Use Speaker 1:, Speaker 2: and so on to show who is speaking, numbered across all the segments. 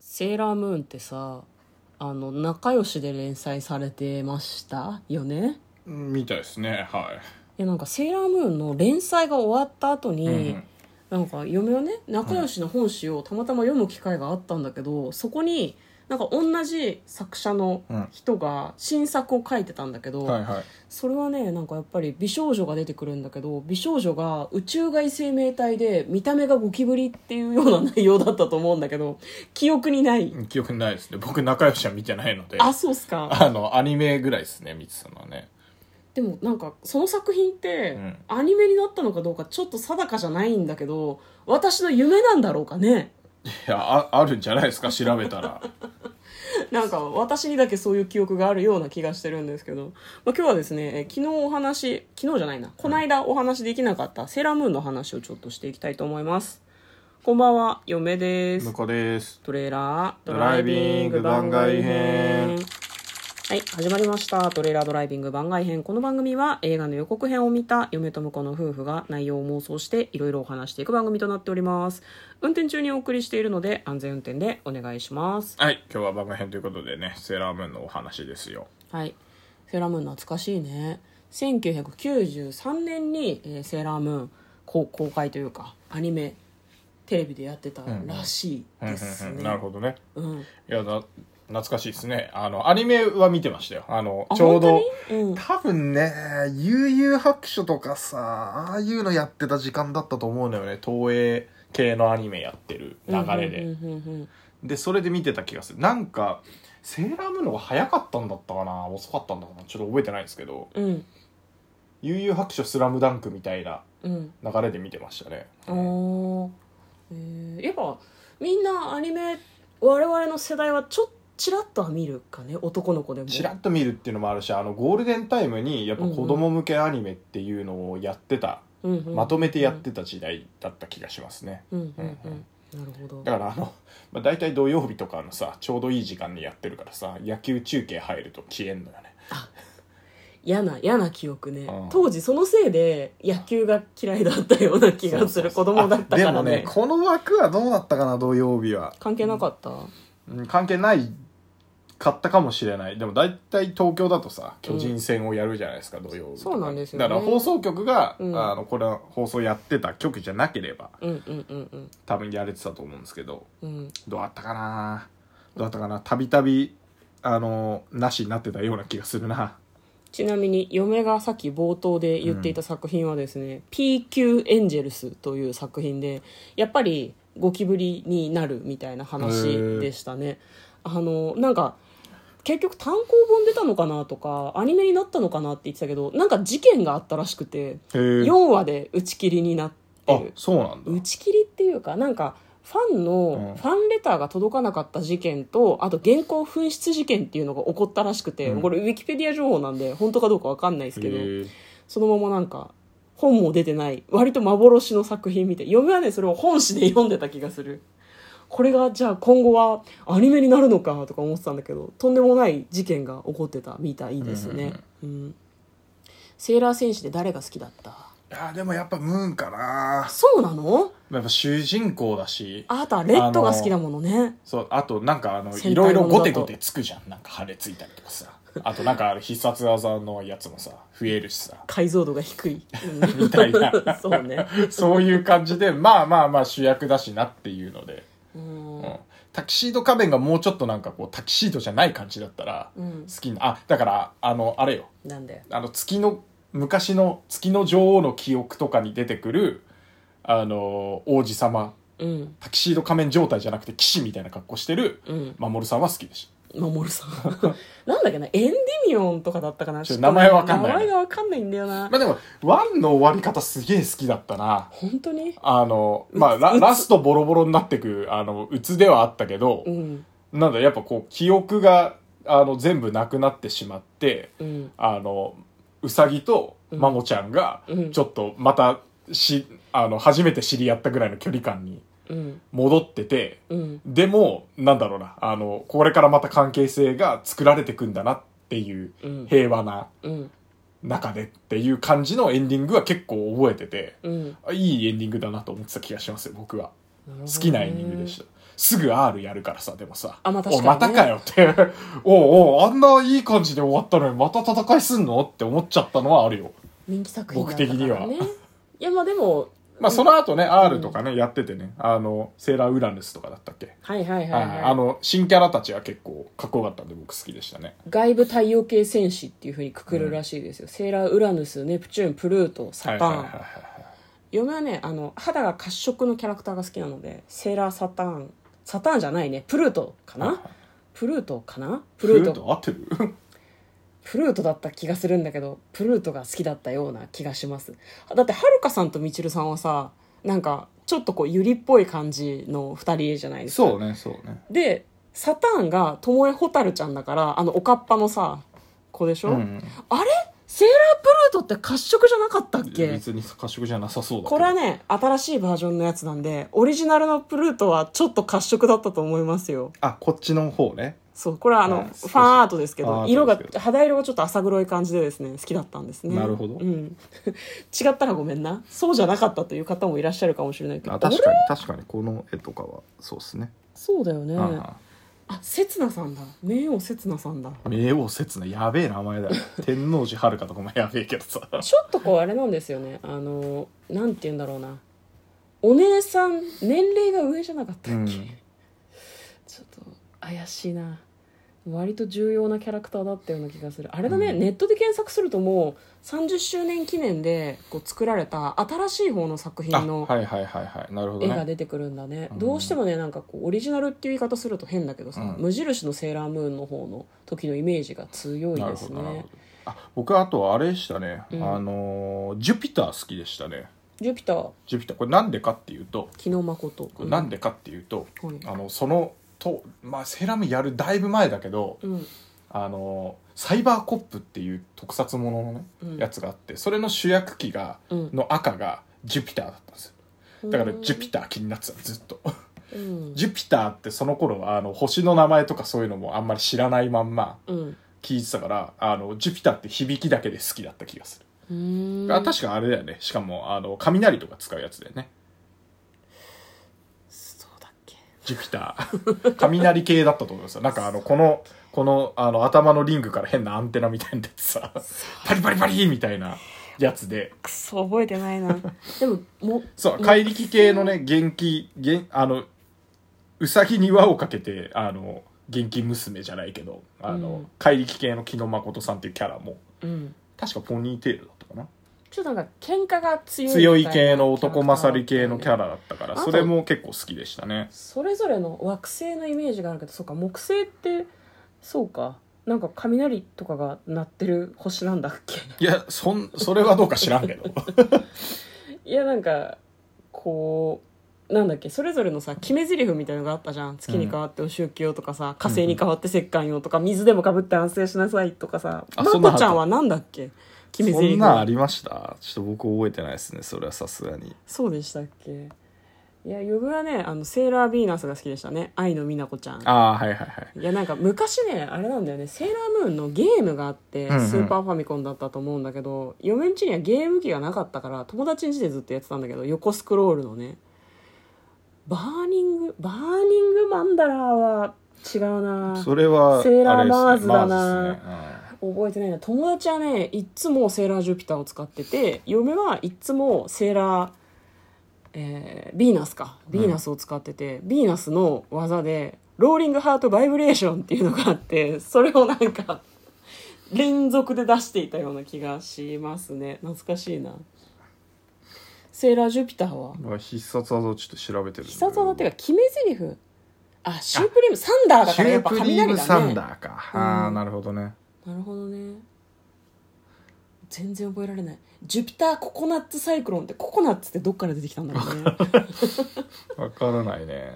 Speaker 1: セーラームーンってさ、あの、仲良しで連載されてましたよね
Speaker 2: みたいですねは
Speaker 1: え、なんかセーラームーンの連載が終わった後に、
Speaker 2: い、うん
Speaker 1: なんか嫁はね仲良しの本誌をたまたま読む機会があったんだけど、そこになんか同じ作者の人が新作を書いてたんだけど、
Speaker 2: はいはい
Speaker 1: それはねなんかやっぱり美少女が出てくるんだけど美少女が宇宙外生命体で見た目がゴキブリっていうような内容だったと思うんだけど記憶にない、
Speaker 2: 記憶にないですね僕仲良しは見てないので
Speaker 1: あそうっすか
Speaker 2: あのアニメぐらいですね見てたのはね
Speaker 1: でもなんかその作品って
Speaker 2: うん
Speaker 1: アニメになったのかどうかちょっと定かじゃないんだけど私の夢なんだろうかね
Speaker 2: いやああるんじゃないですか調べたら
Speaker 1: なんか私にだけそういう記憶があるような気がしてるんですけど、まあ、今日はですね、えー昨日お話昨日じゃないなこの間お話できなかったセーラームーンの話をちょっとしていきたいと思いますこんばんは嫁です
Speaker 2: 向こうです
Speaker 1: トレーラード
Speaker 2: ドライビング番外編
Speaker 1: はい始まりましたトレーラードライビング番外編この番組は映画の予告編を見た嫁と婿の夫婦が内容を妄想していろいろお話していく番組となっております運転中にお送りしているので安全運転でお願いします
Speaker 2: はい今日は番外編ということでねセーラームーンのお話ですよ
Speaker 1: はい、セーラームーン懐かしいね1993年に、えーセーラームーン公公開というかアニメテレビでやってたらしいです
Speaker 2: うんうんう
Speaker 1: ね
Speaker 2: んなるほどね
Speaker 1: うん
Speaker 2: いやな懐かしいですねあのアニメは見てましたよあの
Speaker 1: あ
Speaker 2: ちょうど
Speaker 1: 本当にうん
Speaker 2: 多分ね悠々白書とかさああいうのやってた時間だったと思うんだよね東映系のアニメやってる流れ
Speaker 1: う
Speaker 2: で、
Speaker 1: んうんうんうん
Speaker 2: でそれで見てた気がするなんかセーラームーンの方が早かったんだったかな遅かったんだかなちょっと覚えてないですけど
Speaker 1: うん
Speaker 2: 悠々白書スラムダンクみたいな
Speaker 1: うん
Speaker 2: 流れで見てましたね
Speaker 1: おーえーやっぱみんなアニメ我々の世代はちょっとちらっとは見るかね男の子でも
Speaker 2: チラッと見るっていうのもあるしあのゴールデンタイムにやっぱ子供向けアニメっていうのをやってた、
Speaker 1: うんうん
Speaker 2: まとめてやってた時代だった気がしますね、
Speaker 1: うんうんうん、
Speaker 2: うん
Speaker 1: なるほど
Speaker 2: だからあの、まあ、大体土曜日とかのさちょうどいい時間にやってるからさ野球中継入ると消えんのよね
Speaker 1: 嫌な嫌な記憶ね、
Speaker 2: うん
Speaker 1: 当時そのせいで野球が嫌いだったような気がする
Speaker 2: そう
Speaker 1: 子
Speaker 2: そうそ
Speaker 1: 供
Speaker 2: う
Speaker 1: だったか
Speaker 2: あで
Speaker 1: ら
Speaker 2: も
Speaker 1: ね
Speaker 2: ねこの枠はどうだったかな土曜日は
Speaker 1: 関係なかった、
Speaker 2: うん関係ないかったかもしれないでも大体東京だとさ巨人戦をやるじゃないですか、土曜日とか
Speaker 1: そうなんですよね
Speaker 2: だから放送局が、
Speaker 1: うん
Speaker 2: あのこれは放送やってた局じゃなければ
Speaker 1: うん、うんうんうん
Speaker 2: 多分やれてたと思うんですけど
Speaker 1: うん
Speaker 2: どうだったかなどうだったかなたびたびあのなしになってたような気がするな
Speaker 1: ちなみに嫁がさっき冒頭で言っていた作品はですね「PQ エンジェルス」という作品でやっぱりゴキブリになるみたいな話でしたね。あのなんか結局単行本出たのかなとかアニメになったのかなって言ってたけどなんか事件があったらしくて
Speaker 2: へえ
Speaker 1: 4話で打ち切りになって
Speaker 2: あ
Speaker 1: る
Speaker 2: そうなんだ
Speaker 1: 打ち切りっていうかなんかファン
Speaker 2: う
Speaker 1: の
Speaker 2: ん
Speaker 1: ファンレターが届かなかった事件とあと原稿紛失事件っていうのが起こったらしくて、
Speaker 2: うん
Speaker 1: これウィキペディア情報なんで本当かどうかわかんないですけど、
Speaker 2: へえ
Speaker 1: そのままなんか本も出てない割と幻の作品みたい嫁はねそれを本誌で読んでた気がするこれがじゃあ今後はアニメになるのかとか思ってたんだけどとんでもない事件が起こってたみたいですね、うんセーラー戦士で誰が好きだった
Speaker 2: あでもやっぱムーンかな
Speaker 1: そうなの
Speaker 2: やっぱ主人公だし
Speaker 1: あなたはレッドが好きだものね、
Speaker 2: そうあとなんかあの
Speaker 1: 戦隊
Speaker 2: いろいろ
Speaker 1: ものだと
Speaker 2: ゴテゴテつくじゃんなんか腫れついたりとかさあとなんかあの必殺技のやつもさ増えるしさ
Speaker 1: 解像度が低い
Speaker 2: みたいな
Speaker 1: そうね
Speaker 2: そういう感じでまあまあまあ主役だしなっていうので、
Speaker 1: うん
Speaker 2: うん、タキシード仮面がもうちょっとなんかこうタキシードじゃない感じだったら
Speaker 1: う
Speaker 2: 好
Speaker 1: ん
Speaker 2: きなあだからあのあれよ
Speaker 1: なんだよ
Speaker 2: あの月の昔の月の女王の記憶とかに出てくるあの王子様
Speaker 1: うん
Speaker 2: タキシード仮面状態じゃなくて騎士みたいな格好してる
Speaker 1: うん
Speaker 2: 守さんは好きでし
Speaker 1: 守 さんなんだっけなエンディミオンとかだったかな
Speaker 2: ちょっと名前わかんない
Speaker 1: 名前がわかんないんだよ
Speaker 2: た
Speaker 1: な
Speaker 2: まあでもワンの終わり方すげえ好きだったな
Speaker 1: 本当に
Speaker 2: あのまあラ
Speaker 1: うつ
Speaker 2: ラストボロボロになってくあのうつではあったけど、
Speaker 1: うん
Speaker 2: なんだやっぱこう記憶があの全部なくなってしまって
Speaker 1: うん
Speaker 2: あのうさぎとマモちゃんが
Speaker 1: うん
Speaker 2: ちょっとまたしあの初めて知り合ったぐらいの距離感に
Speaker 1: うん
Speaker 2: 戻ってて
Speaker 1: うん
Speaker 2: でもなんだろうなあのこれからまた関係性が作られてくんだなっていう
Speaker 1: うん
Speaker 2: 平和な
Speaker 1: うん
Speaker 2: 中でっていう感じのエンディングは結構覚えてて
Speaker 1: うん
Speaker 2: あいいエンディングだなと思ってた気がしますよ僕は
Speaker 1: 好
Speaker 2: 好きなエンディングでしたたすぐ R やるからさ、でもさ。
Speaker 1: あまあ確かにね
Speaker 2: おまたかよって。 おうおうあんないい感じで終わったのに、また戦いすんのって思っちゃったのはあるよ。
Speaker 1: 人気作品だった
Speaker 2: 僕
Speaker 1: か
Speaker 2: 的に
Speaker 1: ら
Speaker 2: は
Speaker 1: ねいやまあでも
Speaker 2: まあ、その後ね、R とかね、やっててね、あの、セーラーウラヌスとかだったっけ
Speaker 1: はいはいは
Speaker 2: はいい
Speaker 1: はい、
Speaker 2: あの、新キャラたちは結構かっこよかったんで、僕好きでしたね。
Speaker 1: 外部太陽系戦士っていうふうにくくるらしいですよ、セーラーウラヌスネプチューンプルート
Speaker 2: は
Speaker 1: サ
Speaker 2: い
Speaker 1: ター
Speaker 2: は
Speaker 1: ン、
Speaker 2: いはいはい。
Speaker 1: 嫁はねあの肌が褐色のキャラクターが好きなのでセーラーサターンサターンじゃないねプルートかな、
Speaker 2: はいはい
Speaker 1: プルートかなプ
Speaker 2: プ
Speaker 1: ル
Speaker 2: ル
Speaker 1: ー
Speaker 2: ー
Speaker 1: ト
Speaker 2: ト合ってる
Speaker 1: プルートだった気がするんだけどプルートが好きだったような気がしますだってはるかさんとみちるさんはさなんかちょっとこうゆりっぽい感じの二人じゃないですか
Speaker 2: そうね、そうね。
Speaker 1: でサターンがともえほたるちゃんだからあのおかっぱのさ子でしょ、
Speaker 2: うん
Speaker 1: あれセーラープルートって褐色じゃなかったっ
Speaker 2: いや
Speaker 1: け
Speaker 2: 別に褐色じゃなさそうだけど
Speaker 1: これはね新しいバージョンのやつなんでオリジナルのプルートはちょっと褐色だったと思いますよ
Speaker 2: あこっちの方ね
Speaker 1: そうこれはあの、
Speaker 2: はい
Speaker 1: ファンアートですけ
Speaker 2: ア
Speaker 1: ど
Speaker 2: ートですけ
Speaker 1: 色
Speaker 2: ど
Speaker 1: が肌色がちょっと浅黒い感じでですね好きだったんですね
Speaker 2: なるほど
Speaker 1: うん 違ったらごめんなそうじゃなかったという方もいらっしゃるかもしれないけど
Speaker 2: あ
Speaker 1: あれ
Speaker 2: 確かに確かにこの絵とかはそうですね、
Speaker 1: そうだよね
Speaker 2: うんうん
Speaker 1: あせつなさんだ冥王せつなさんだ
Speaker 2: 冥王刹那やべえ名 前だよ天王寺遥とかもやべえけどさ
Speaker 1: ちょっとこうあれなんですよねあのなんて言うんだろうなお姉さん年齢が上じゃなかったっけ、
Speaker 2: うん
Speaker 1: ちょっと怪しいな割と重要なキャラクターだったような気がするあれだね、
Speaker 2: うん
Speaker 1: ネットで検索するともう30周年記念でこう作られた新しい方の作
Speaker 2: あ
Speaker 1: 品の
Speaker 2: はいはいはいはいなるほど
Speaker 1: 絵が
Speaker 2: ね
Speaker 1: 出てくるんだね
Speaker 2: うん
Speaker 1: どうしてもねなんかこうオリジナルっていう言い方すると変だけどさ、
Speaker 2: うん
Speaker 1: 無印のセーラームーンの方の時のイメージが強い
Speaker 2: なる
Speaker 1: です
Speaker 2: ほどなるほ
Speaker 1: ね
Speaker 2: どあ僕あとあれでしたね、
Speaker 1: うん
Speaker 2: あのージュピター好きでしたね
Speaker 1: ジュピター
Speaker 2: ジュピターこれなんでかっていうと
Speaker 1: 昨日誠
Speaker 2: これなんでかっていうと、
Speaker 1: はい
Speaker 2: あのそのとまあセーラームーンやるだいぶ前だけど
Speaker 1: うん
Speaker 2: あのーサイバーコップっていう特撮もののね、
Speaker 1: うん
Speaker 2: やつがあってそれの主役機が
Speaker 1: うん
Speaker 2: の赤がジュピターだったんですよだからジュピター気になってたのずっと
Speaker 1: うん
Speaker 2: ジュピターってその頃はあの星の名前とかそういうのもあんまり知らないまんま
Speaker 1: うん
Speaker 2: 聞いてたからあのジュピターって響きだけで好きだった気がする、
Speaker 1: うーん
Speaker 2: あ確かあれだよねしかもあの雷とか使うやつだよね
Speaker 1: そうだっけ
Speaker 2: ジュピター雷系だったと思いますよなんかあのこのこのあの頭のリングから変なアンテナみたいなやつさパリパリパリみたいなやつで
Speaker 1: くそ覚えてないな でもも
Speaker 2: そう、怪力系のね、元気、元、あの、うさぎに輪をかけて、あの、元気娘じゃないけど、あの、
Speaker 1: うん
Speaker 2: 怪力系の木野誠さんっていうキャラも、
Speaker 1: うん
Speaker 2: 確かポニーテールだったかな。
Speaker 1: ちょっとなんか喧嘩が強い
Speaker 2: 強い系の男勝り系のキャ
Speaker 1: ラ
Speaker 2: ラだったから、
Speaker 1: あと
Speaker 2: それも結構好きでしたね。
Speaker 1: それぞれの惑星のイメージがあるけどそうか木星ってそうかなんか雷とかが鳴ってる星なんだっけ
Speaker 2: いや、そん、それはどうか知らんけど。
Speaker 1: いやなんかこうなんだっけそれぞれのさ決め台詞みたいのがあったじゃん月に変わってお周期をとかさ、火星に変わって石棺よとか水でもかぶって安静しなさいとかさ
Speaker 2: あ
Speaker 1: ま
Speaker 2: そんなのあ
Speaker 1: こ
Speaker 2: った
Speaker 1: ちゃんはなんだっけ決め
Speaker 2: そ
Speaker 1: 台詞
Speaker 2: んなんありましたちょっと僕覚えてないですね、それはさすがに。
Speaker 1: そうでしたっけいや呼ぶはねあのセーラーヴィーナスが好きでしたね愛の美奈子ちゃん
Speaker 2: ああー、はいはいはい。
Speaker 1: いやなんか昔ねあれなんだよねセーラームーンのゲームがあって
Speaker 2: うんうん
Speaker 1: スーパーファミコンだったと思うんだけど、嫁ん家にはゲーム機がなかったから友達ん家でずっとやってたんだけど横スクロールのねバーニングバーニングマンダラーは違うな
Speaker 2: それは、
Speaker 1: セーラー
Speaker 2: あれですね
Speaker 1: マーズだな
Speaker 2: マーズですね
Speaker 1: 覚えてないな友達はねいっつもセーラージュピターを使ってて嫁はいっつもセーラー、えー、ヴィーナスかヴィーナスを使ってて、ヴィーナスの技でローリングハートバイブレーションっていうのがあってそれをなんか連続で出していたような気がしますね懐かしいなセーラージュピターは
Speaker 2: うんまあ必殺技をちょっと調べてるんだけ
Speaker 1: 必
Speaker 2: ど
Speaker 1: 殺技っていうか決め台詞あシュープリームサンダーだ
Speaker 2: シ
Speaker 1: からや
Speaker 2: ュ
Speaker 1: っ
Speaker 2: ー
Speaker 1: ぱ
Speaker 2: プリー
Speaker 1: 雷
Speaker 2: ム
Speaker 1: だ
Speaker 2: サ
Speaker 1: ね
Speaker 2: ンダーか。ああ、
Speaker 1: うん
Speaker 2: なるほどね。
Speaker 1: なるほどね全然覚えられないジュピターココナッツサイクロンってココナッツってどっから出てきたんだろうね
Speaker 2: わからないね。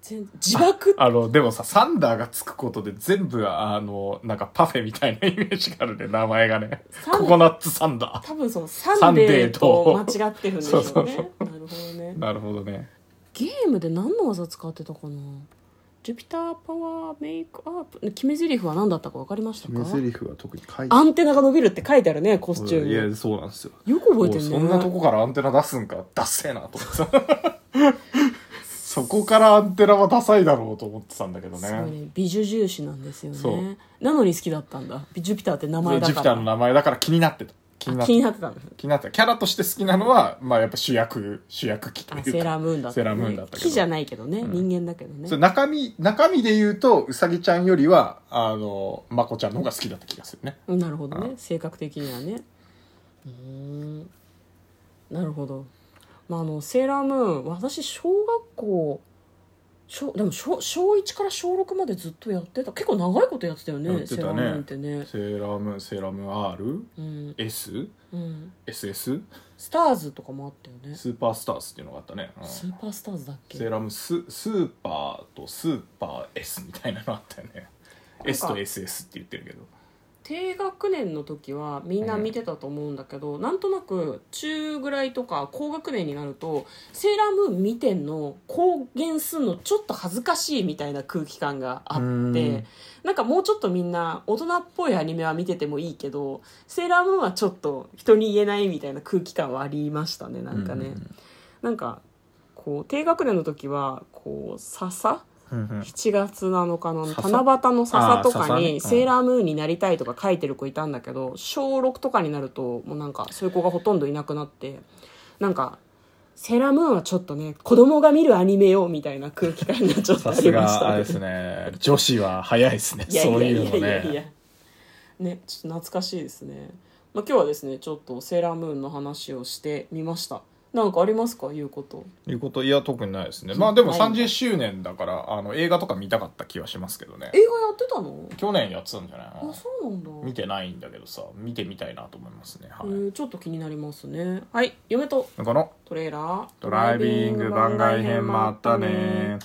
Speaker 1: 全自爆
Speaker 2: あの、でもさ、サンダーがつくことで全部、あの、なんかパフェみたいなイメージがあるね、名前がね。
Speaker 1: サン
Speaker 2: ココナッツサンダ
Speaker 1: 多分そのサンデーと
Speaker 2: サンデーと
Speaker 1: 間違ってるんでしょうね
Speaker 2: そうそうそう
Speaker 1: なるほどね
Speaker 2: ー。なるほどね。
Speaker 1: ゲームで何の技使ってたかなジュピターパワーメイクアップ決め台詞は何だったか分かりましたか
Speaker 2: リフは特に書い
Speaker 1: アンテナが伸びるって書いてあるねコスチューム
Speaker 2: いや、そうなんですよ。
Speaker 1: よく覚えて
Speaker 2: お
Speaker 1: る
Speaker 2: い
Speaker 1: ね
Speaker 2: そんなとこからアンテナ出すんか、ダッセーなと思ってさ。 そこからアンテナはダサいだろうと思ってたんだけど
Speaker 1: すごい
Speaker 2: ね
Speaker 1: ね美女重視なんですよ
Speaker 2: そう
Speaker 1: ねなのに好きだったんだジュピターって名前だ
Speaker 2: ジ
Speaker 1: か
Speaker 2: ュ
Speaker 1: ら
Speaker 2: ピターの名前だから気になってた気にな
Speaker 1: あ
Speaker 2: っ
Speaker 1: 気
Speaker 2: て
Speaker 1: に
Speaker 2: た
Speaker 1: なってたんだ
Speaker 2: 気になってたキャラとして好きなのはまあやっぱ主役主役機とい
Speaker 1: あ
Speaker 2: うか
Speaker 1: セーラームーンだった、
Speaker 2: セーラームーンだったけど
Speaker 1: 木じゃないけどね、人間だけどね
Speaker 2: そう中身中身で言うとうさぎちゃんよりはあのまこちゃんの方が好きだった気がするね
Speaker 1: なるほどね性格的にはねうーんなるほど、まあ、あのセーラームーン私小学校小でも小小1から小6までずっとやってた結構長いことやってたよね
Speaker 2: やって
Speaker 1: セー
Speaker 2: た
Speaker 1: ラー
Speaker 2: ね
Speaker 1: ムーンってね
Speaker 2: セーラームーンセーラームーン
Speaker 1: うん、
Speaker 2: RSSS
Speaker 1: うん、スターズとかもあったよね
Speaker 2: スーパースターズっていうのがあったね、うん
Speaker 1: スーパースターズだっけ
Speaker 2: セーラームーンススーパーとスーパー S みたいなのあったよね S と SS って言ってるけど
Speaker 1: 低学年の時はみんな見てたと思うんだけど、なんとなく中ぐらいとか高学年になると「セーラームーン」見てんの公言すんのちょっと恥ずかしいみたいな空気感があっ
Speaker 2: う
Speaker 1: て
Speaker 2: ん
Speaker 1: なんかもうちょっとみんな大人っぽいアニメは見ててもいいけど「セーラームーン」はちょっと人に言えないみたいな空気感はありましたねなんかね。なんかこう低学年の時はこう笹
Speaker 2: うんうん
Speaker 1: 7月7日の
Speaker 2: 笹
Speaker 1: 七夕の笹と
Speaker 2: あー笹
Speaker 1: か
Speaker 2: ねうん
Speaker 1: にセーラームーンになりたいとか書いてる子いたんだけど小6とかになるともうなんかそういう子がほとんどいなくなってなんかセーラームーンはちょっとね子供が見るアニメよみたいな空気感がちょっとあ
Speaker 2: さす
Speaker 1: りまし
Speaker 2: があ
Speaker 1: た
Speaker 2: れですね女子は早いですねそういうのね
Speaker 1: ねちょっと懐かしいですね、まあ、今日はですねちょっとセーラームーンの話をしてみましたなんかありますか言うこと
Speaker 2: いうこといや特にないですねまあでも
Speaker 1: はい
Speaker 2: 30周年だからあの映画とか見たかった気はしますけどね
Speaker 1: 映画やってたの
Speaker 2: 去年やってたんじゃないか
Speaker 1: あ
Speaker 2: な
Speaker 1: そうなんだ
Speaker 2: 見てないんだけどさ見てみたいなと思いますねはい、
Speaker 1: うんちょっと気になりますねはい嫁と
Speaker 2: この
Speaker 1: トレーラー
Speaker 2: ドライビング番外編もあったね